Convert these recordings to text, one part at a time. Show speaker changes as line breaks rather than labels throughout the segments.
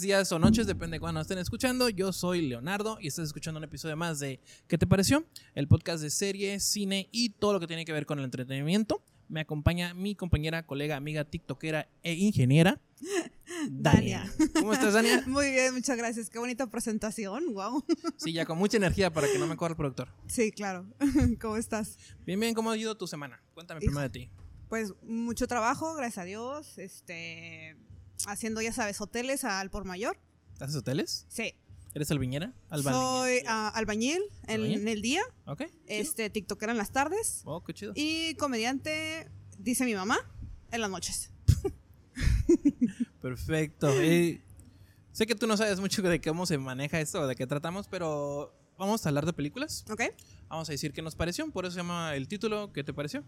días o noches, depende de cuándo estén escuchando. Yo soy Leonardo y estás escuchando un episodio más de ¿Qué te pareció? El podcast de serie, cine y todo lo que tiene que ver con el entretenimiento. Me acompaña mi compañera, colega, amiga, tiktokera e ingeniera, Dania.
Dania.
¿Cómo estás, Dania?
Muy bien, muchas gracias. Qué bonita presentación. Wow.
Sí, ya con mucha energía para que no me corra el productor.
Sí, claro. ¿Cómo estás?
Bien, bien, ¿cómo ha ido tu semana? Cuéntame
Hijo.
primero de ti.
Pues mucho trabajo, gracias a Dios. Este, haciendo, ya sabes, hoteles al por mayor.
¿Haces hoteles?
Sí.
¿Eres albañera?
Soy ah, albañil en,
Albañil.
en el día,
¿Ok? chido.
este, tiktokera en las tardes
Oh, qué chido.
y comediante, dice mi mamá, en las noches.
Perfecto. Y sé que tú no sabes mucho de cómo se maneja esto, o de qué tratamos, pero vamos a hablar de películas.
¿Ok?
Vamos a decir qué nos pareció, por eso se llama el título. ¿Qué te pareció?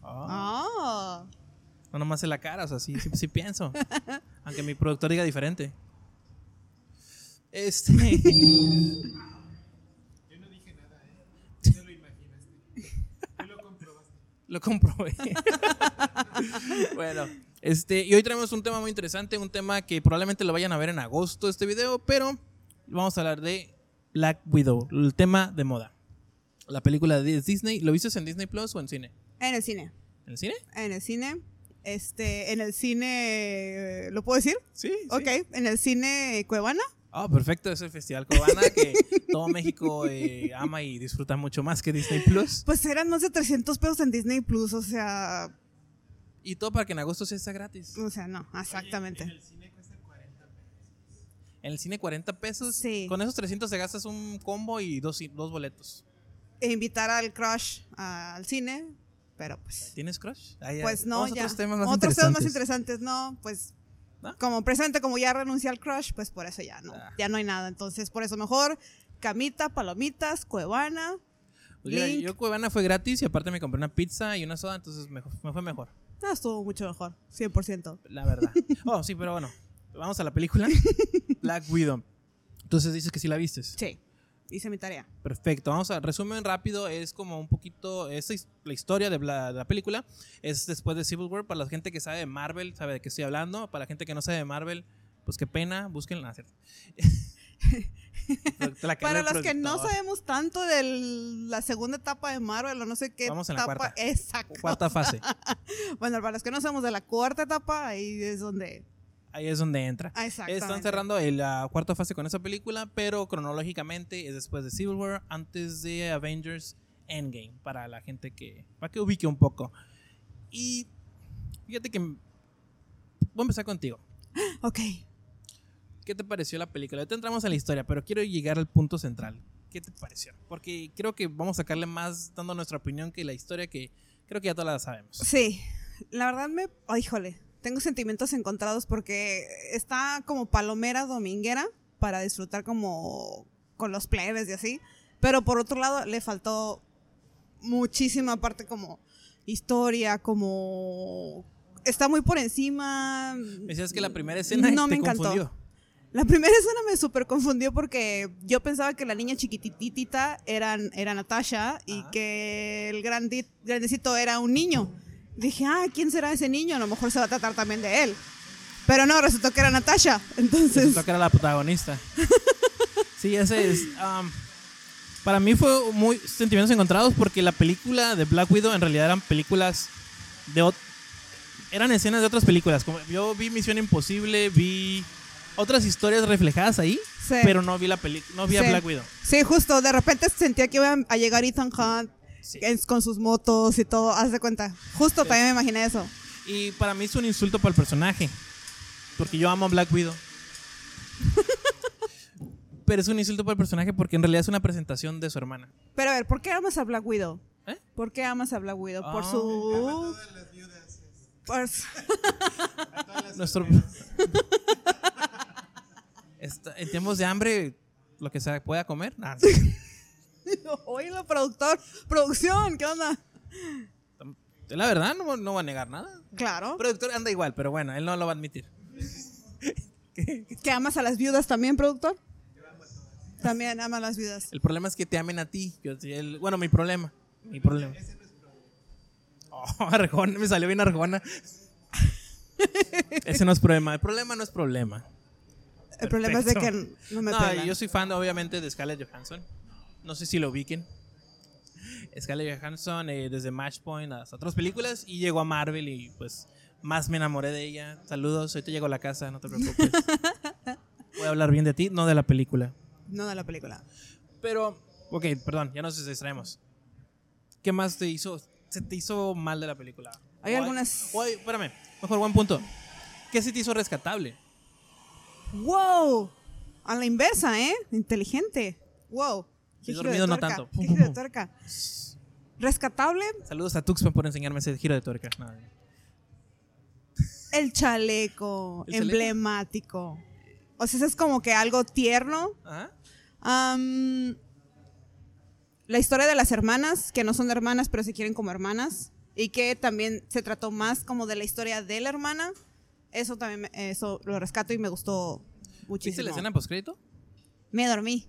Ah,
Ah.
No nomás en la cara, o sea, sí, sí, sí pienso. Aunque mi productor diga diferente. Este. Yo no dije nada, ¿eh? Lo comprobaste. Lo comprobé. bueno, este, y hoy traemos un tema muy interesante, un tema que probablemente lo vayan a ver en agosto este video, pero vamos a hablar de Black Widow, el tema de moda. La película de Disney, ¿lo viste en Disney Plus o en cine?
En el cine.
¿En el cine?
En el cine. Este, en el cine, ¿lo puedo decir?
Sí.
Ok, en el cine Cuevana.
Ah, perfecto, es el Festival Cubana que todo México eh, ama y disfruta mucho más que Disney Plus.
Pues eran más de 300 pesos en Disney Plus, o sea,
Y todo para que en agosto sí está gratis.
o sea, no, Mm, exactamente.
En el cine 40 pesos.
Sí.
Con esos 300 te gastas un combo y dos, dos boletos.
E invitar al crush a- al cine, pero pues
¿Tienes crush? Ah, ya.
pues no,
Vamos a
ya.
Otros temas más
Otros temas
interesantes.
más interesantes, no, pues
¿No?
como presente, como ya renuncié al crush, pues por eso ya no,
Ah.
ya no hay nada, entonces por eso mejor camita, palomitas, cuevana.
Pues mira,
Link.
yo Cuevana fue gratis y aparte me compré una pizza y una soda, entonces me, me fue mejor,
No, ah, estuvo mucho mejor, 100%.
la verdad. oh, sí, pero bueno. Vamos a la película. Black Widow. Entonces dices que sí la vistes.
Sí, hice mi tarea.
Perfecto, vamos a resumen rápido, es como un poquito, es his- la historia de la, de la película, es después de Civil War, para la gente que sabe de Marvel, sabe de qué estoy hablando, para la gente que no sabe de Marvel, pues qué pena, búsquenla.
Para los que no sabemos tanto de la segunda etapa de Marvel o no sé qué
Vamos en la
etapa,
cuarta.
exacto.
Cuarta fase,
Bueno, para los que no somos de la cuarta etapa, ahí es donde.
ahí es donde entra.
Ah, exactamente.
Están cerrando el, la cuarta fase con esa película, pero cronológicamente es después de Civil War, antes de Avengers Endgame, para la gente que, para que ubique un poco. Y fíjate que m- voy a empezar contigo.
Ok.
¿Qué te pareció la película? Ahorita entramos a la historia, pero quiero llegar al punto central. ¿Qué te pareció? Porque creo que vamos a sacarle más dando nuestra opinión que la historia que creo que ya todas la sabemos.
Sí. La verdad me. ay, híjole. Tengo sentimientos encontrados porque está como palomera dominguera para disfrutar como con los plebes y así. Pero por otro lado, le faltó muchísima parte como historia, como. Está muy por encima.
Me decías que la primera escena
No,
te
me encantó.
confundió.
La primera escena me súper confundió porque yo pensaba que la niña chiquititita era, era Natasha y
Ajá.
que el grandi- grandecito era un niño. Dije, ah, ¿quién será ese niño? A lo mejor se va a tratar también de él. Pero no, resultó que era Natasha. Entonces,
Resultó que era la protagonista. sí, ese es. um, para mí fue muy sentimientos encontrados porque la película de Black Widow en realidad eran películas de ot- eran escenas de otras películas. Como yo vi Misión Imposible, vi otras historias reflejadas ahí,
sí.
pero no vi la peli- no vi a
Sí.
Black Widow.
sí, justo, de repente sentía que iba a llegar Ethan Hunt
Sí.
en- con sus motos y todo, haz de cuenta. Justo
Sí.
también me imaginé eso.
Y para mí es un insulto para el personaje. Porque yo amo a Black Widow. Pero es un insulto para el personaje porque en realidad es una presentación de su hermana.
Pero a ver, ¿por qué amas a Black Widow?
¿Eh?
¿Por qué amas a Black Widow? Por
Ah.
su... Por su-
Nuestro... Esta- en tiempos de hambre, lo que se pueda comer. Nah, sí.
Oílo, productor. Producción, ¿qué onda?
la verdad, no, no va a negar nada.
Claro.
El productor anda igual, pero bueno, él no lo va a admitir.
¿Que amas a las viudas también, productor? También ama a las viudas.
El problema es que te amen a ti. Yo- el- bueno, mi problema. Mi problema. Oh, Arjona, me salió bien Arjona. Ese no es problema. El problema no es problema.
El problema es de que no me
No,
pelan.
yo soy fan, obviamente, de Scarlett Johansson. No sé si lo ubiquen. Scarlett Johansson, eh, desde Matchpoint hasta otras películas, y llegó a Marvel y pues más me enamoré de ella. Saludos, ahorita llego a la casa, no te preocupes. Voy a hablar bien de ti, no de la película.
No de la película.
Pero, ok, perdón, ya nos distraemos. ¿Qué más te hizo? ¿Se te hizo mal de la película?
Hay
O
algunas-
o hay- espérame, mejor buen punto. ¿Qué se te hizo rescatable?
¡Wow! A la inversa, ¿eh? Inteligente. ¡Wow! ¡Qué
Yo
giro de
dormido no
tuerca,
tanto.
qué
Pum,
giro de
pum, pum.
tuerca. Rescatable,
Saludos a Tuxpan por enseñarme ese giro de tuerca. No, no.
el chaleco,
¿El chaleco?
emblemático. O sea, eso es como que algo tierno.
Ajá.
Am, la historia de las hermanas, que no son hermanas, pero se quieren como hermanas. Y que también se trató más como de la historia de la hermana. Eso también, me- eso lo rescato y me gustó
¿Viste
muchísimo.
la escena postcrédito?
Me dormí.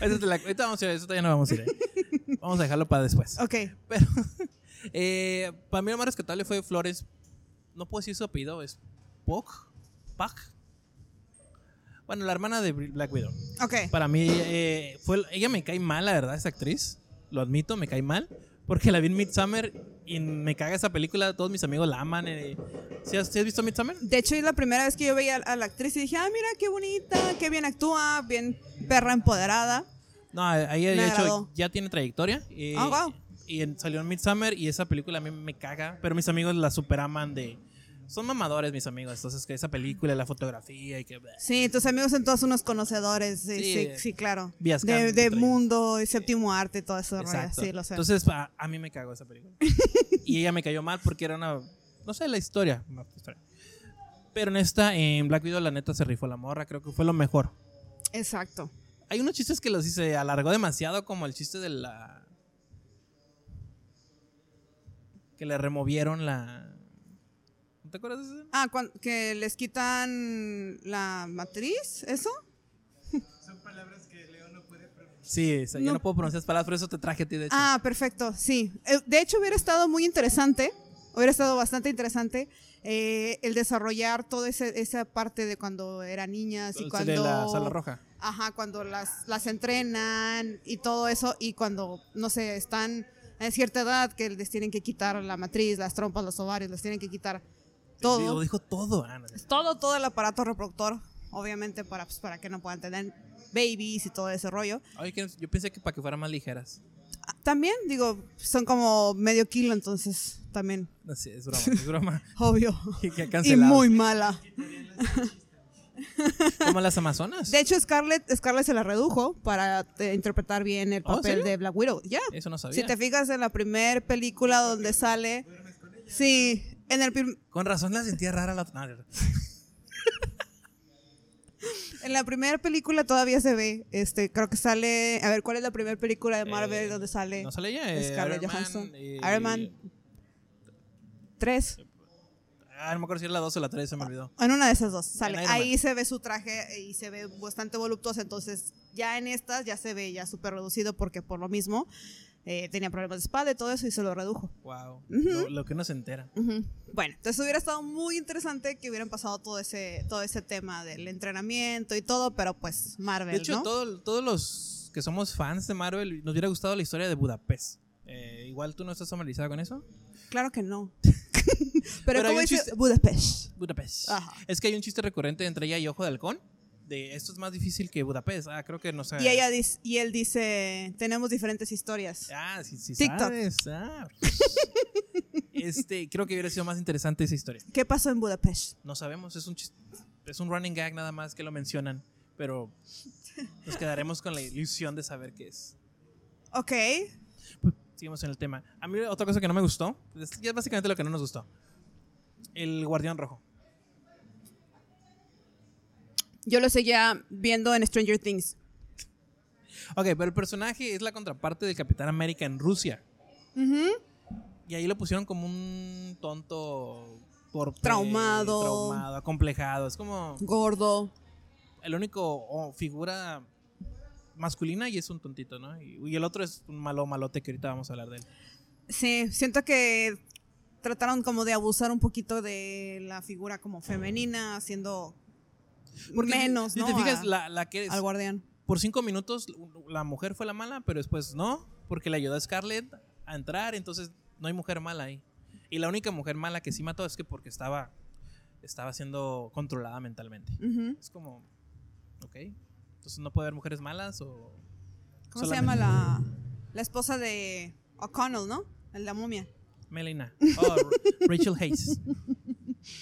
Ahorita te la- ahorita vamos a ir, a eso todavía no vamos a ir. ¿eh? Vamos a dejarlo para después.
Ok.
Pero, eh, para mí lo más rescatable fue Flores. No puedo decir su apellido, es Poc. Pac. Bueno, la hermana de Black Widow.
Ok.
Para mí, eh, fue, ella me cae mal, la verdad, esa actriz. Lo admito, me cae mal. Porque la vi en Midsummer y me caga esa película. Todos mis amigos la aman. eh. ¿Sí has, sí has visto Midsummer?
De hecho, es la primera vez que yo veía a la actriz y dije, ah, mira qué bonita, qué bien actúa, bien perra empoderada.
No, ahí de hecho
agradó.
ya tiene trayectoria. eh,
Ah, guau.
Y en- salió en Midsummer y esa película a mí me caga. Pero mis amigos la superaman de. Son mamadores mis amigos. Entonces, que esa película, la fotografía y que.
Sí, tus amigos son todos unos conocedores. Sí,
Sí.
sí, sí, claro.
Vías
De,
Cam-
de
entre-
mundo, y séptimo arte, todo eso. rollo.
Exacto.
Sí, lo sé.
Entonces, a, a mí me cagó esa película. y ella me cayó mal porque era una. No sé, la historia. la historia. Pero en esta, en Black Widow, la neta se rifó la morra. Creo que fue lo mejor.
Exacto.
Hay unos chistes que los hice alargó demasiado, como el chiste de la. Que le removieron la. ¿No te acuerdas de eso?
Ah, cuan- que les quitan la matriz, ¿eso?
Sí, o sea, yo
No.
no puedo pronunciar esas palabras, por eso te traje a ti, de hecho.
Ah, perfecto, sí. Eh, De hecho, hubiera estado muy interesante, hubiera estado bastante interesante eh, el desarrollar toda ese- esa parte de cuando eran niñas y
El
cuando...
de la sala roja.
Ajá, cuando las, las entrenan y todo eso, y cuando, no sé, están a cierta edad que les tienen que quitar la matriz, las trompas, los ovarios, les tienen que quitar
Lo
todo.
dijo todo, ah, Ana.
pues, Todo, todo el aparato reproductor, obviamente, para, pues, para que no puedan tener babies y todo ese rollo.
Ay, que- yo pensé que para que fueran más ligeras.
Ah, También, digo, son como medio kilo, entonces, también,
No sé, es broma, es broma.
obvio.
Que- que ha
Y
cancelado.
muy mala.
Como las Amazonas.
De hecho, Scarlett, Scarlett se la redujo para eh, interpretar bien el
Oh, ¿en
papel
serio?
de Black Widow. Ya.
Eso no sabía.
Si te fijas en la primer película donde sale. Sí, en, el, prim-
Con razón la sentía rara la otra. no,
en la primera película todavía se ve. Este, creo que sale. A ver, ¿cuál es la primera película de Marvel
Eh,
donde sale?
no sale ella. eh,
Scarlett
Iron Man,
Johansson.
eh,
Iron Man 3.
Ah, no me acuerdo si era la 2 o la 3, se me olvidó.
En una de esas dos sale.
Iron Man.
Ahí se ve su traje y se ve bastante voluptuoso. Entonces, ya en estas ya se ve ya súper reducido porque por lo mismo eh, tenía problemas de espalda y todo eso y se lo redujo.
Wow.
Ujú.
lo, lo que uno se entera.
Ujú. Bueno, entonces hubiera estado muy interesante que hubieran pasado todo ese, todo ese tema del entrenamiento y todo, pero pues Marvel,
De hecho,
¿no?
todo- todos los que somos fans de Marvel nos hubiera gustado la historia de Budapest. Eh, igual tú no estás familiarizada con eso.
Claro que no.
Pero
pero
hay
como
un
dice
chiste-
Budapest.
Budapest.
Ajá.
Es que hay un chiste recurrente entre ella y Ojo de Halcón. De esto es más difícil que Budapest. Ah, creo que no sé.
Y, ella dice, y él dice, tenemos diferentes historias.
Ah, sí, sí.
TikTok.
Sabes. Ah. este, creo que hubiera sido más interesante esa historia.
¿Qué pasó en Budapest?
No sabemos, es un chis- es un running gag nada más que lo mencionan, pero nos quedaremos con la ilusión de saber qué es.
Ok,
Sigamos en el tema. A mí otra cosa que no me gustó, es ya es básicamente lo que no nos gustó. El Guardián Rojo.
yo lo seguía viendo en Stranger Things.
Ok, pero el personaje es la contraparte del Capitán América en Rusia.
Ujú.
Y ahí lo pusieron como un tonto torpe,
Traumado.
traumado, acomplejado. Es como
Gordo.
el único oh, figura masculina y es un tontito, ¿no? Y, y el otro es un malo malote que ahorita vamos a hablar de él.
Sí, siento que trataron como de abusar un poquito de la figura como femenina, haciendo
Porque si-
menos,
si
¿no?
te fijas,
A-
la, la que es-
al guardián.
por cinco minutos la mujer fue la mala, pero después no, porque le ayudó a Scarlett a entrar, entonces no hay mujer mala ahí. Y la única mujer mala que sí mató es que porque estaba, estaba siendo controlada mentalmente.
Ujú.
Es como, ok, entonces no puede haber mujeres malas o...
¿Cómo
Solamente-
se llama la, la esposa de O'Connell, no? El de la momia.
Melina. Oh, Ra- Rachel Hayes. Sí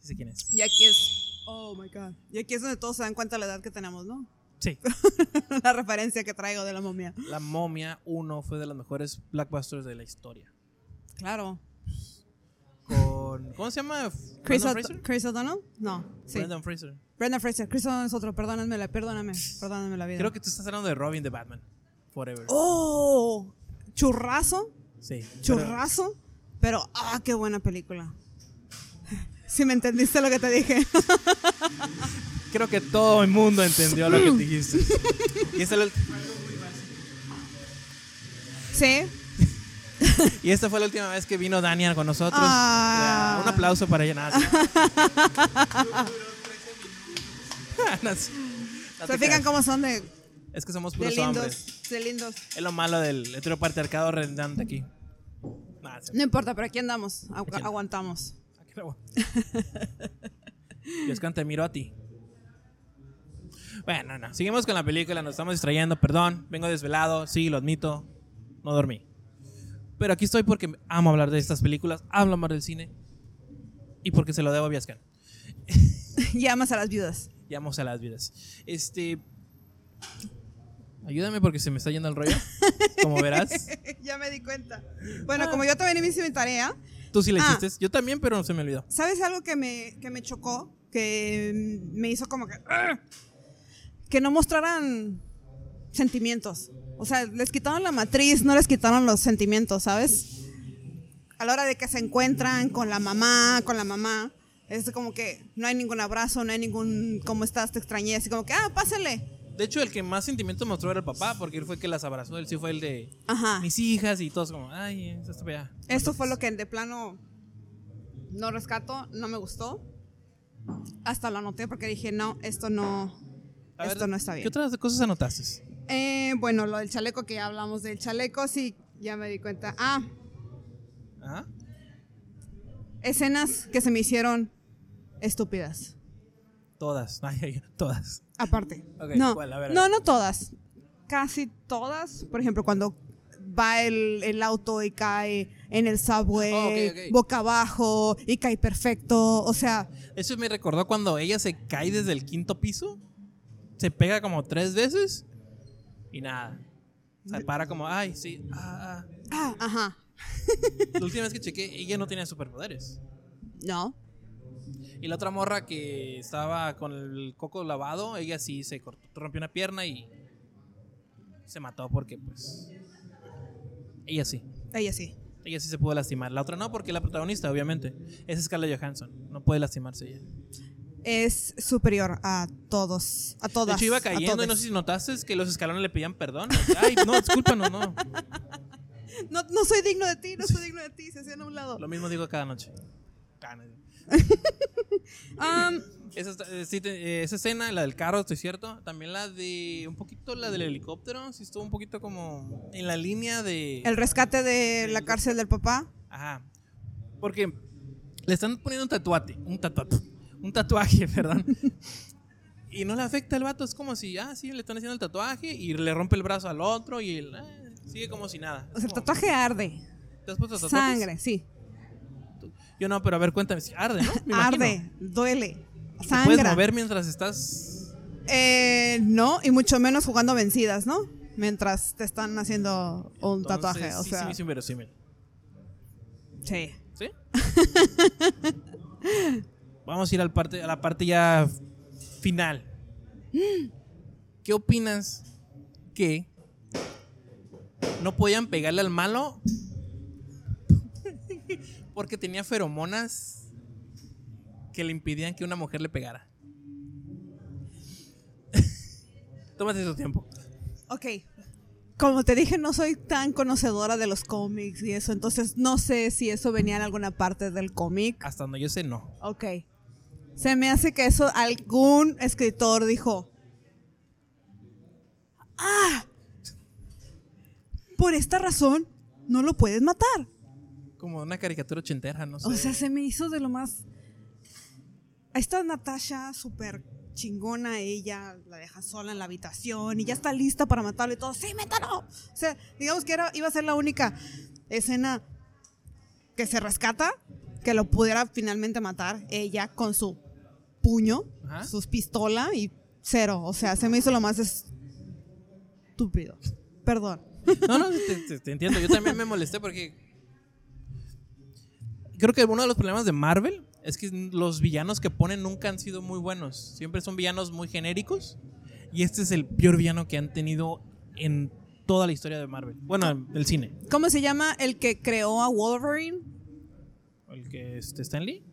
sé quién es.
Y aquí es. Oh my god. Y aquí es donde todos se dan cuenta de la edad que tenemos, ¿no?
Sí.
la referencia que traigo de la momia.
La Momia 1 fue de las mejores blockbusters de la historia.
Claro.
Con... ¿Cómo se llama?
Chris,
Brendan
O'D-
Fraser.
Chris O'Donnell? No. Sí. Brenda.
Brendan Fraser.
Fraser. Chris O'Donnell es otro. Perdónenme la, perdóname. Perdóname la vida.
Creo que tú estás hablando de Robin de Batman. Forever.
¡Oh! Churrazo.
Sí.
Churrazo. Pero, ¡ah, qué buena película! Si me entendiste lo que te dije.
Pero Creo que todo el mundo entendió lo que
Mm.
dijiste. Y esta, la-
sí.
y esta fue la última vez que vino Dania con nosotros.
Ah.
Ya, Un aplauso para ella. Nada. No se- no
¿Se
te
fijan
creas.
cómo son de,
Es que somos
de
puros hombres.
lindos? De lindos.
Es lo malo del heteropatriarcado redundante aquí. Nah, se-
No importa, pero aquí andamos. agu-
Aquí andamos.
aguantamos.
aquí la voy. Yo es que te miro a ti. Bueno, no. Seguimos con la película, nos estamos distrayendo, perdón. Vengo desvelado, sí, lo admito. No dormí. Pero aquí estoy porque amo hablar de estas películas, amo hablar del cine. Y porque se lo debo a Viascan.
Llamas a las viudas.
Llamos a las vidas. Este. Ayúdame porque se me está yendo el rollo. Como verás.
ya me di cuenta. Bueno,
Ah.
como yo también hice mi tarea,
Tú sí la
Ah.
hiciste. Yo también, pero se me olvidó.
¿sabes algo que me, que me chocó? Que mm, me hizo como que... "Ugh", Que no mostraran sentimientos. O sea, les quitaron la matriz, no les quitaron los sentimientos, ¿sabes? A la hora de que se encuentran con la mamá, con la mamá, es como que no hay ningún abrazo, no hay ningún ¿cómo estás? Te extrañé, así como que, ah, pásale.
De hecho, el que más sentimiento mostró era el papá, porque él fue el que las abrazó. Él sí fue el de
Ajá.
mis hijas y todos como, ay, esa está fea".
Esto fue lo que de plano no rescato, no me gustó. Hasta lo anoté porque dije, no, esto no,
A ver,
esto no está
¿Qué
bien.
otras cosas anotaste?
Eh, bueno, lo del chaleco, que ya hablamos del chaleco, sí, ya me di cuenta. Ah,
Ajá.
escenas que se me hicieron estúpidas,
Todas. Ay, ay, todas.
aparte.
Ok,
no,
¿cuál? A ver, a
no,
ver.
no todas, casi todas. Por ejemplo, cuando va el, el auto y cae en el subway,
Oh, ok, ok.
boca abajo, y cae perfecto, o sea...
Eso me recordó cuando ella se cae desde el quinto piso, se pega como tres veces y nada. Se para como, ay, sí. ah, ah".
Ah, ajá.
La última vez que chequé, ella no tenía superpoderes.
No.
Y la otra morra que estaba con el coco lavado, ella sí se cortó, rompió una pierna y se mató porque pues ella sí,
Ella sí.
ella sí se pudo lastimar. La otra no porque es la protagonista, obviamente, es Scarlett Johansson, no puede lastimarse ella.
Es superior a todos, a todas.
de hecho iba
a
cayendo y no
todes.
sé si notaste es que los escalones le pedían perdón. Ay, no, discúlpanos, no.
no, no soy digno de ti, no soy digno de ti, se hacían a un lado.
Lo mismo digo cada noche. Cada noche.
Am,
Esa, está- eh, sí te- eh, esa escena, la del carro, estoy cierto. También la de. Un poquito la del helicóptero. Sí, estuvo un poquito como. En la línea de.
el rescate de la cárcel del papá.
Ajá. Porque le están poniendo un tatuaje. Un tatuaje. Un tatuaje, perdón. y no le afecta al vato. Es como si. Ah, sí, le están haciendo el tatuaje. Y le rompe el brazo al otro. Y él, ah, sigue como si nada.
O sea, el
Como,
tatuaje arde.
¿Te has puesto tatuajes?
Sangre, sí.
Yo no, pero a ver, cuéntame. si Arde, ¿no? Me imagino.
Arde, duele.
¿Te
Sangra.
puedes mover mientras estás.
Eh, no, y mucho menos jugando vencidas, ¿no? Mientras te están haciendo un
Entonces,
tatuaje. O
sí,
sea,
sí, es inverosímil.
sí.
¿Sí? Vamos a ir al parte, a la parte ya final. Mm. ¿Qué opinas que no podían pegarle al malo porque tenía feromonas que le impidían que una mujer le pegara? Tómate tu tiempo.
Ok. como te dije, no soy tan conocedora de los cómics y eso, entonces no sé si eso venía en alguna parte del cómic.
Hasta donde yo sé, no.
Ok. Se me hace que eso algún escritor dijo. Ah, por esta razón no lo puedes matar.
Como una caricatura ochentera, no sé.
O sea, se me hizo de lo más. Ahí está Natasha, súper chingona, ella la deja sola en la habitación y ya está lista para matarlo y todo. ¡Sí, métalo! O sea, digamos que era, iba a ser la única escena que se rescata, que lo pudiera finalmente matar ella con su puño,
Ajá.
sus pistolas y cero. O sea, se me hizo lo más estúpido. Perdón.
No, no, te, te- te entiendo. Yo también me molesté porque. Creo que uno de los problemas de Marvel es que los villanos que ponen nunca han sido muy buenos. Siempre son villanos muy genéricos. Y este es el peor villano que han tenido en toda la historia de Marvel. Bueno, del cine.
¿Cómo se llama el que creó a Wolverine?
El que este Stanley.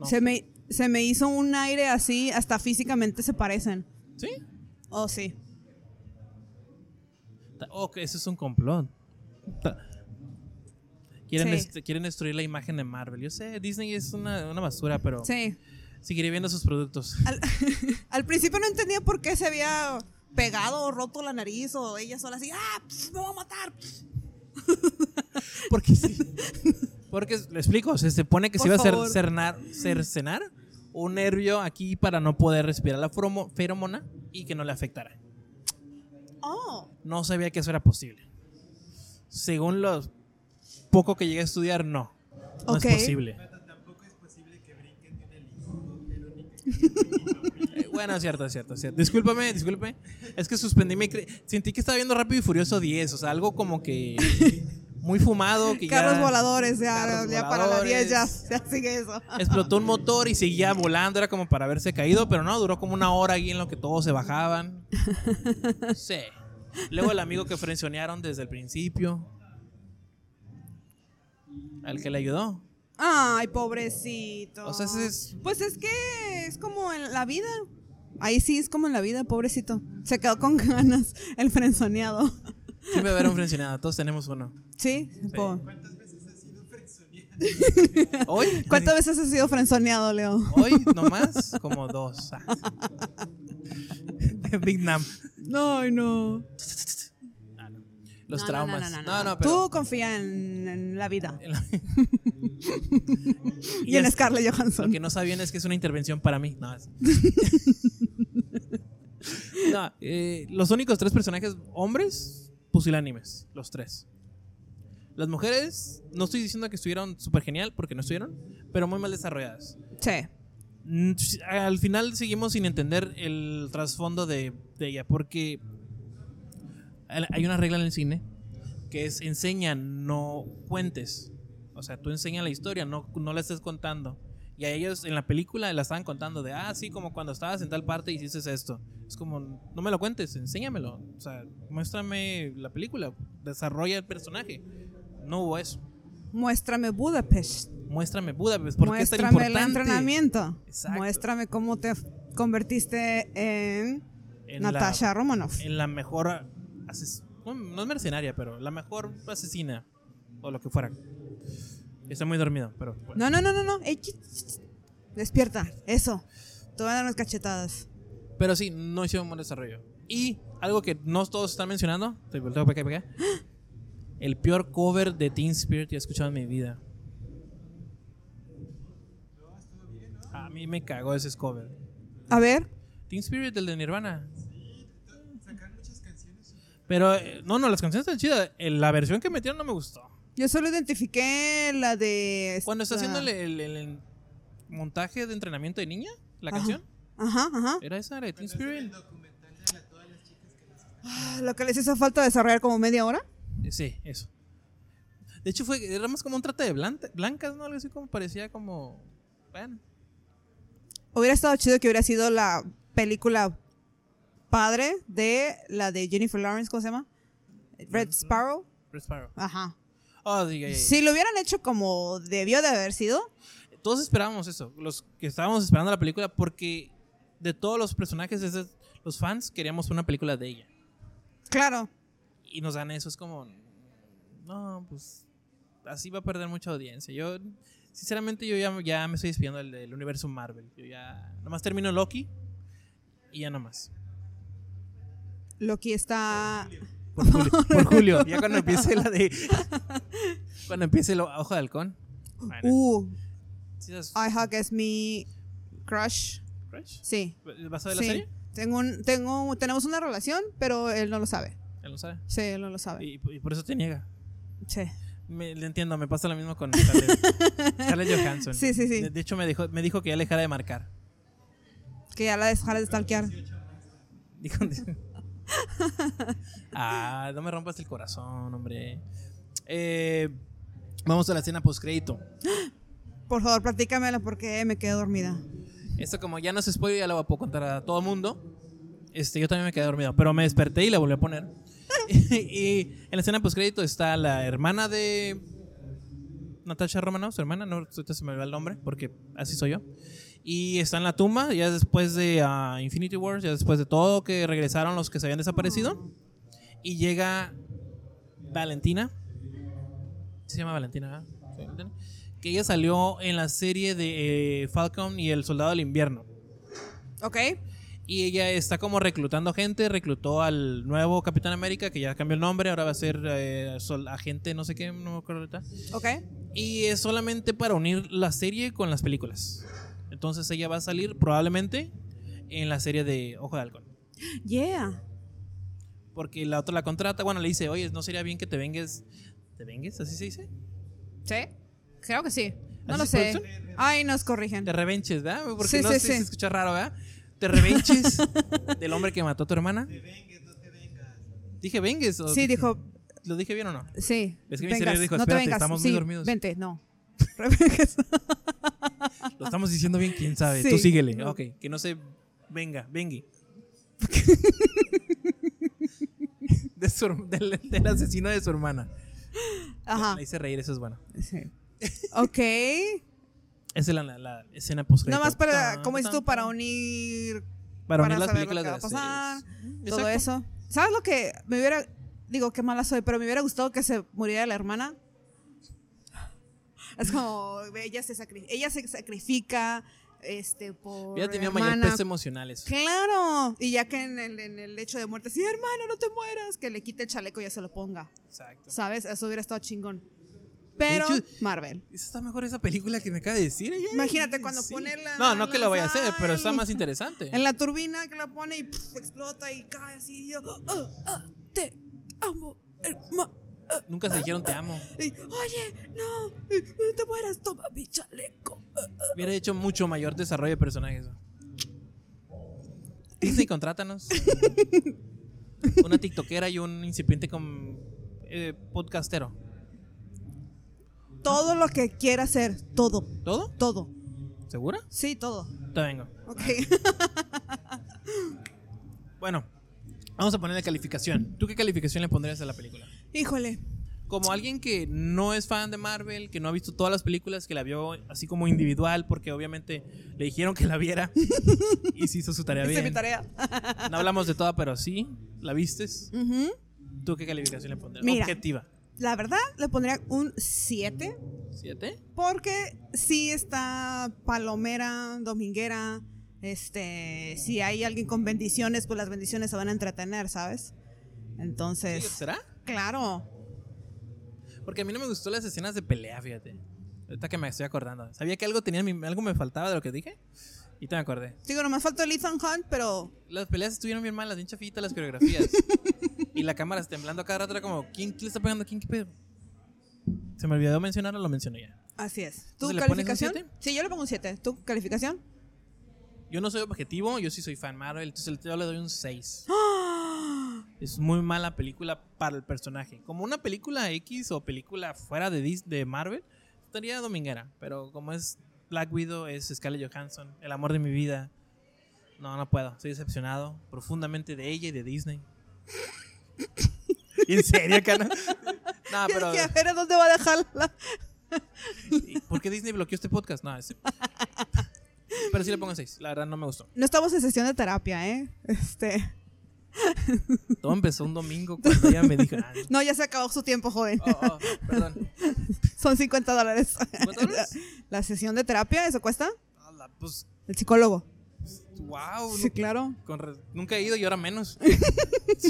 No.
Se, me, se me hizo un aire así, hasta físicamente se parecen.
¿Sí?
Oh, sí.
Ta- Oh, que ese es un complot. Ta- Quieren,
Sí.
este- quieren destruir la imagen de Marvel. Yo sé, Disney es una, una basura, pero
Sí.
seguiré viendo sus productos.
Al, al principio no entendía por qué se había pegado o roto la nariz o ella sola así, ¡ah! pf, ¡Me voy a matar!
Porque sí. Porque le explico, o sea, se supone que se
Por
iba a
favor.
cer- cernar- cercenar un nervio aquí para no poder respirar la fromo- feromona y que no le afectara.
¡Oh!
No sabía que eso era posible. Según lo poco que llegué a estudiar, no. No
Ok.
es posible. Eh, Bueno, es cierto, es cierto, es cierto. Discúlpame, discúlpame. Es que suspendí mi... cre- Sentí que estaba viendo Rápido y Furioso 10, o sea, algo como que muy fumado. Que
Carros
ya-
voladores, ya,
Carros
ya para la 10 ya,
voladores.
ya sigue eso.
explotó un motor y seguía volando, era como para haberse caído, pero no, duró como una hora ahí en lo que todos se bajaban. Sí. Luego el amigo que frencionearon desde el principio. Al que le ayudó.
Ay, pobrecito.
O sea, ese es-
Pues es que es como en la vida. Ahí sí es como en la vida, pobrecito. Se quedó con ganas el frenzoneado.
Siempre va a haber un frencionado, todos tenemos uno.
Sí, po-
Hoy.
¿Cuántas veces has sido frenzoneado, Leo?
Hoy nomás como dos. Ah. Vietnam.
No, no.
Los
No, no,
traumas.
no, no, no, no.
pero-
Tú confía en, en la vida.
Y
Y en
es-
Scarlett
Lo
Johansson.
que no sabían es que es una intervención para mí. No, es- No, eh, los únicos tres personajes hombres, pusilánimes, los tres. Las mujeres, no estoy diciendo que estuvieron súper genial, porque no estuvieron, pero muy mal desarrolladas.
Sí.
Mm, Al final seguimos sin entender el trasfondo de, de ella, porque hay hay una regla en el cine que es enseña, no cuentes. O sea, tú enseñas la historia, no, no la estés contando. Y a ellos en la película la estaban contando de, ah, sí, como cuando estabas en tal parte hiciste esto. Es como, no me lo cuentes, enséñamelo. O sea, muéstrame la película, desarrolla el personaje. No hubo eso.
Muéstrame Budapest.
Muéstrame Budapest, ¿por qué es tan
Muéstrame el
importante?
entrenamiento.
Exacto.
Muéstrame cómo te convertiste en,
En la-
Natasha Romanoff.
en la mejor ases- no, no es mercenaria, pero la mejor asesina o lo que fuera. Está muy dormido, pero bueno.
No, no, no, no, no. Ey, ch- ch- ch- Despierta. Eso. Te van a dar unas cachetadas.
Pero sí, no hicieron un buen desarrollo. Y algo que no todos están mencionando, te volteo para acá, para acá. El peor cover de Teen Spirit que he escuchado en mi vida. A mí me cagó ese cover.
A ver.
Teen Spirit, el de Nirvana. Pero, eh, no, no, las canciones están chidas. Eh, La versión que metieron no me gustó.
Yo solo identifiqué la de. esta-
Cuando está haciendo el, el- el- el montaje de entrenamiento de niña, la
Ajá.
canción,
Ajá, ajá.
era esa, era de Teen Spirit.
Ah, Lo que les hizo falta desarrollar como media hora.
Eh, Sí, eso. De hecho, fue, era más como un trata de blanta- blancas, ¿no? Algo así como parecía como. Bueno,
Hubiera estado chido que hubiera sido la película padre de la de Jennifer Lawrence, ¿cómo se llama? Red Sparrow.
Red Sparrow.
Ajá.
Oh, sí, ya, ya, ya.
Si lo hubieran hecho como debió de haber sido,
Todos esperábamos eso, los que estábamos esperando la película, porque de todos los personajes, de esos- los fans queríamos una película de ella.
claro.
y nos dan eso. Es como, no, pues así va a perder mucha audiencia. Yo, sinceramente, yo ya, ya me estoy despidiendo del, del universo Marvel. Yo ya, nomás termino Loki y ya nomás.
Loki está.
Por julio, por julio. ya cuando empiece la de. cuando empiece la hoja de halcón. Bueno,
Uh,
¿sí sabes
iHawk es mi crush.
Crush?
Sí.
¿Vas a ver la
sí.
serie?
Tengo un, tengo, tenemos una relación, pero él no lo sabe.
Él lo sabe.
Sí, él no lo sabe.
Y, y por eso te niega.
Sí.
Me, le entiendo, me pasa lo mismo con Scarlett, Scarlett Johansson.
Sí, sí, sí.
De, de hecho, me dijo, me dijo que ya le dejara de marcar.
Que ya la dejara de stalkear.
Dijo- ah, no me rompas el corazón, hombre. Eh, vamos a la escena postcrédito.
Por favor, platícamela porque me quedé dormida.
Esto como ya no es spoiler, ya lo puedo contar a todo el mundo. Este, yo también me quedé dormido, pero me desperté y la volví a poner. y en la escena postcrédito está la hermana de Natasha Romanoff, su hermana, no ahorita se me va el nombre, porque así soy yo. Y está en la tumba, ya después de ah, Infinity Wars, ya después de todo que regresaron los que se habían desaparecido. Y llega Valentina. Se llama Valentina, ¿verdad? Sí, Valentina. Que ella salió en la serie de eh, Falcon y el Soldado del Invierno.
¿Ok?
Y ella está como reclutando gente, reclutó al nuevo Capitán América, que ya cambió el nombre, ahora va a ser eh, sol- agente, no sé qué, no me acuerdo ahorita.
¿Ok?
Y es solamente para unir la serie con las películas. Entonces ella va a salir probablemente en la serie de Ojo de Halcón.
Yeah.
Porque la otra la contrata, bueno, le dice, oye, ¿no sería bien que te vengues? ¿Te vengues? ¿Así se dice?
¿Sí? Creo que sí. No
¿Así
lo
es,
sé.
producción?
Ay, nos corrigen.
Te revenches, ¿verdad? Porque
Sí,
no sé
sí,
si
sí.
se escucha raro, ¿verdad? Te revenches del hombre que mató a tu hermana. Dije vengues. o
Sí,
dije-
dijo,
¿Lo dije bien o no?
sí.
Es que mi
vengas,
cerebro dijo,
no te
"Espérate,
vengas.
estamos
sí,
muy dormidos".
Vente, no.
Lo estamos diciendo bien, quién sabe.
Sí.
Tú síguele. Ok, que no se venga, vengue. De su her- del, del asesino de su hermana.
Ajá.
La hice reír, eso es bueno.
Sí. Ok.
Esa es la, la- la escena post
Nada más para, como dices tú, para unir
Para
para
unir las
saber lo
películas
que
de
va a
las
pasar,
series.
todo
Exacto.
eso. ¿Sabes lo que me hubiera, digo, qué mala soy, pero me hubiera gustado que se muriera la hermana? Es como, ella se, sacri- ella se sacrifica este, por
Hubiera tenido mayor
hermana.
peso emocional eso.
Claro, y ya que en el, en el hecho de muerte, sí, hermano, no te mueras, que le quite el chaleco y ya se lo ponga,
Exacto.
¿sabes? Eso hubiera estado chingón. Pero,
hecho-
Marvel.
Esa Está mejor esa película que me acaba de decir. ella.
Imagínate cuando pone la-
No, no que lo vaya a hacer, pero está
Ay.
más interesante.
En la turbina que la pone y pff, explota y cae así, y yo, "Ah, ah, te amo, hermano.
Nunca se dijeron te amo.
Y, Oye, no, eh, no te mueras, toma mi chaleco.
Hubiera hecho mucho mayor desarrollo de personajes. Disney, contrátanos. Una tiktokera y un incipiente con eh, podcastero.
Todo lo que quiera hacer, todo,
¿Todo?
todo.
¿Segura?
Sí, todo.
Te vengo.
Ok.
Bueno, vamos a poner la calificación. ¿Tú qué calificación le pondrías a la película?
Híjole.
Como alguien que no es fan de Marvel, que no ha visto todas las películas, que la vio así como individual, porque obviamente le dijeron que la viera y se hizo su tarea
Hice mi
bien.
tarea.
No hablamos de toda, pero sí, la vistes.
Ujú.
¿Tú qué calificación le pondrías?
Mira.
Objetiva.
La verdad, le pondría un 7
¿Siete?
porque sí está palomera, dominguera. Este, si hay alguien con bendiciones, pues las bendiciones se van a entretener, ¿sabes? Entonces,
¿Será?
claro.
Porque a mí no me gustó las escenas de pelea, fíjate. Ahorita que me estoy acordando. Sabía que algo tenía, en mi- algo me faltaba de lo que dije. Y te me acordé.
Digo, nomás faltó el Ethan Hunt, pero
Las peleas estuvieron bien malas, bien chafitas las coreografías. y la cámara temblando a cada rato era como, ¿quién, quién le está pegando a quién? ¿Qué pedo? Se me olvidó mencionarlo, lo mencioné ya.
así es. ¿Tu
Entonces, ¿le pones un
calificación?
siete?
Sí, yo le pongo un 7. ¿Tu calificación?
Yo no soy objetivo, yo sí soy fan Marvel, entonces yo le doy un 6.
¡Ah!
Es muy mala película para el personaje. Como una película X o película fuera de, Dis- de Marvel, estaría dominguera. Pero como es Black Widow, es Scarlett Johansson, el amor de mi vida. No, no puedo. Estoy decepcionado profundamente de ella y de Disney. ¿En serio, Cana? No,
Yo
Ah, pero...
dije, a ver, ¿a dónde va a dejarla?
¿y ¿Por qué Disney bloqueó este podcast? No, es- Pero sí le pongo 6. La verdad no me gustó.
No estamos en sesión de terapia, ¿eh? Este.
Todo empezó un domingo cuando ella me dijo. "Ah,
No, ya se acabó su tiempo, joven.
oh, oh, perdón.
Son 50 dólares.
¿Cincuenta dólares?
¿La sesión de terapia, eso cuesta?
A la- Pues,
El psicólogo.
wow.
Sí, claro.
Con re- Nunca he ido y ahora menos.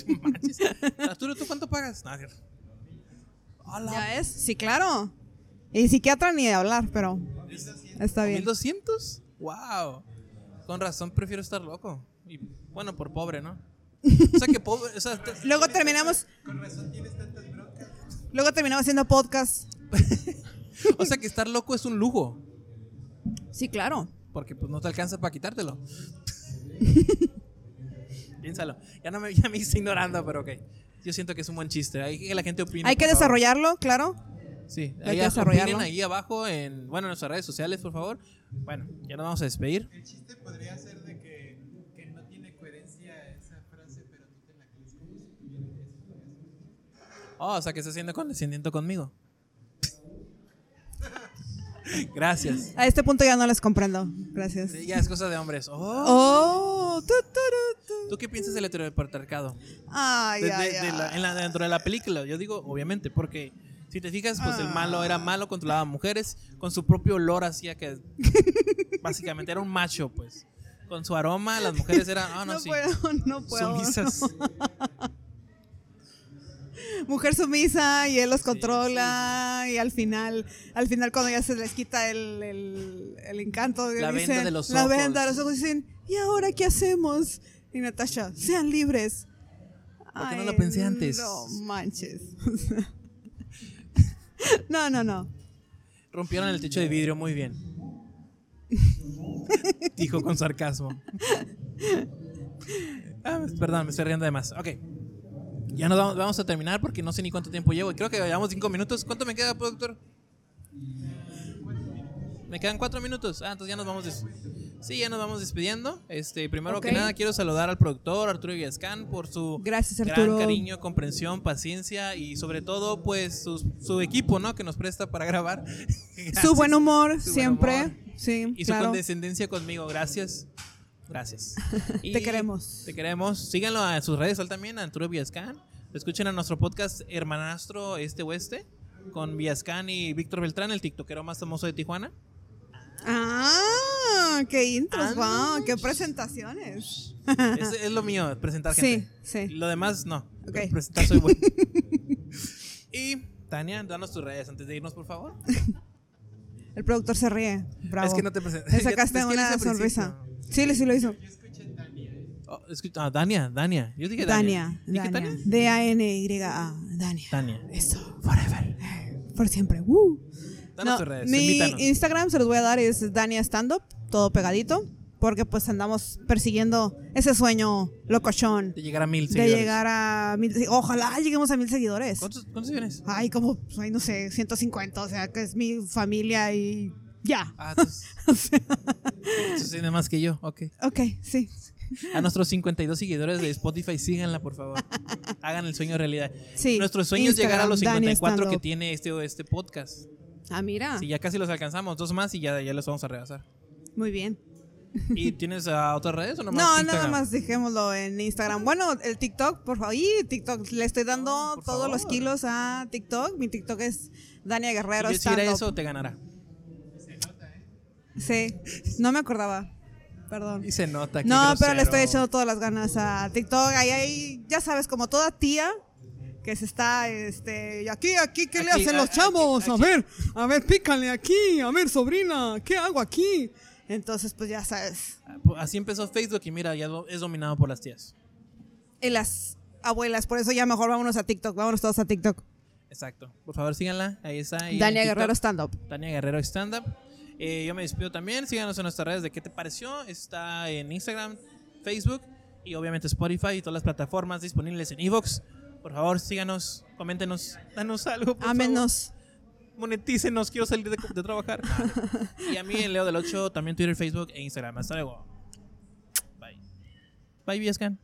No manches. Arturo, ¿tú cuánto pagas? Nada, cierto. Hola.
¿Ya es? Sí, claro. Y psiquiatra ni de hablar, pero está bien.
¿1200? ¡Wow! Con razón prefiero estar loco. Y bueno, por pobre, ¿no? O sea que pobre. o sea, te-
Luego terminamos... Luego terminamos haciendo podcast.
o sea que estar loco es un lujo.
Sí, claro.
Porque pues no te alcanza para quitártelo. Piénsalo. Ya no me, ya me hice ignorando, pero ok. Yo siento que es un buen chiste. Hay que la gente opine.
Hay
por
que
favor.
desarrollarlo, claro.
Sí,
Hay
ahí
que
a-
desarrollarlo.
opinen ahí abajo en bueno, en nuestras redes sociales, por favor. Bueno, ya nos vamos a despedir.
El chiste podría ser de que, que no tiene coherencia esa frase, pero tú te la crees como si tuviera coherencia.
Oh, o sea, que estás haciendo condescendiente conmigo. Gracias.
A este punto ya no les comprendo. Gracias.
Sí, Ya es cosa de hombres. Oh,
Oh, tu, tu, tu, tu.
¿Tú qué piensas del heteropatriarcado?
Ay,
De- de-
ay,
de la-
ay.
en la- dentro de la película, yo digo, obviamente, porque si te fijas, pues el malo
Ah.
era malo, controlaba a mujeres, con su propio olor hacía que básicamente era un macho, pues. Con su aroma, las mujeres eran, ah, no,
no
sí,
puedo, no puedo.
sumisas.
Mujer sumisa y él los controla y al final, al final cuando ya se les quita el, el- el encanto,
La
dicen,
venda de los
La
ojos".
venda de los ojos dicen, ¿y ahora qué hacemos? Y Natasha, sean libres.
¿Por qué no lo pensé antes?
No manches. no, no, no.
Rompieron el techo de vidrio muy bien. Dijo con sarcasmo. Ah, perdón, me estoy riendo de más. Ok. Ya nos vamos, vamos a terminar porque no sé ni cuánto tiempo llevo. Creo que llevamos cinco minutos. ¿Cuánto me queda, productor? Me quedan cuatro minutos. Ah, entonces ya nos vamos des- Sí, ya nos vamos despidiendo. Este, primero
Ok.
que nada quiero saludar al productor Arturo Villascán por su
Gracias, Arturo.
gran cariño, comprensión, paciencia y sobre todo pues sus- su equipo, ¿no? Que nos presta para grabar.
Su buen humor
Su buen
siempre.
humor.
Sí,
Y su
claro.
condescendencia conmigo, gracias. Gracias. Y
Te queremos.
Te queremos. Síganlo en sus redes él también, a Arturo Villascan. Escuchen a nuestro podcast Hermanastro Este Oeste con Villascan y Víctor Beltrán, el tiktokero más famoso de Tijuana.
Ah, qué intros,
Ah.
wow, qué presentaciones.
es, es lo mío, presentar gente.
Sí, sí.
Lo demás no.
Ok.
Pero Presentar soy bueno. y Tania, danos tus redes antes de irnos, por favor.
El productor se ríe. Bravo.
Es que no te presenté.
Le
Ya-
sacaste
es que eres
una
al
sonrisa.
principio.
Sí, le- sí lo hizo.
Oh, escu- ah, Dania, Dania. Yo dije Dania.
Dania.
¿Dije
Dania.
Tania?
D-A-N-Y-A. Dania.
Tania.
Eso. Forever. Por siempre. Woo.
Danos
No,
tus redes.
mi
invítanos.
Instagram se los voy a dar es Dania Standup, todo pegadito, porque pues andamos persiguiendo ese sueño locochón
De llegar a mil
de
seguidores.
llegar a mil. Ojalá lleguemos a mil seguidores.
¿Cuántos, cuántos seguidores?
Ay, como, ay, no sé, 150, o sea, que es mi familia y ya.
Ah, entonces- entonces tiene más que yo. Ok.
Ok, sí.
A nuestros 52 seguidores de Spotify, síganla, por favor. Hagan el sueño realidad.
Sí,
Nuestro sueño es llegar a los
Instagram, Dania
54 que
Stand-up.
tiene este, este podcast.
Ah, mira.
Sí, ya casi los alcanzamos. Dos más y ya, ya los vamos a rebasar.
Muy bien.
¿Y tienes ah, otras redes o nomás
No, nada
Instagram?
más dejémoslo en Instagram. Bueno, el TikTok, por favor. Y TikTok, le estoy dando
No, por
todos los
favor.
kilos a TikTok. Mi TikTok es Dania Guerrero.
Si yo hiciera
stand-up.
eso, te ganará.
Sí, no me acordaba. Perdón.
Y se nota que
No, pero
grosero.
le estoy echando todas las ganas a TikTok. Ahí, ahí, ya sabes, como toda tía que se está, este, y aquí, aquí, ¿qué le
Aquí,
hacen
a-
los
aquí,
chavos?
aquí.
A ver, a ver, pícale aquí, a ver, sobrina, ¿qué hago aquí? Entonces, pues ya sabes.
Ah, Así empezó Facebook y mira, ya do- es dominado por las tías.
Y las abuelas, por eso ya mejor vámonos a TikTok, vámonos todos a Tiktok.
Exacto. Por favor, síganla. Ahí está. ahí en
Dania
TikTok.
Guerrero Stand Up.
Tania Guerrero Stand Up. Eh, yo me despido también. Síganos en nuestras redes de qué te pareció. Está en Instagram, Facebook y obviamente Spotify y todas las plataformas disponibles en Evox. Por favor, síganos, coméntenos, danos algo. por
Ámenos.
favor. Monetícenos, quiero salir de, de trabajar. y a mí en Leo del 8, también Twitter, Facebook e Instagram. Hasta luego. Bye. Bye, Viescan.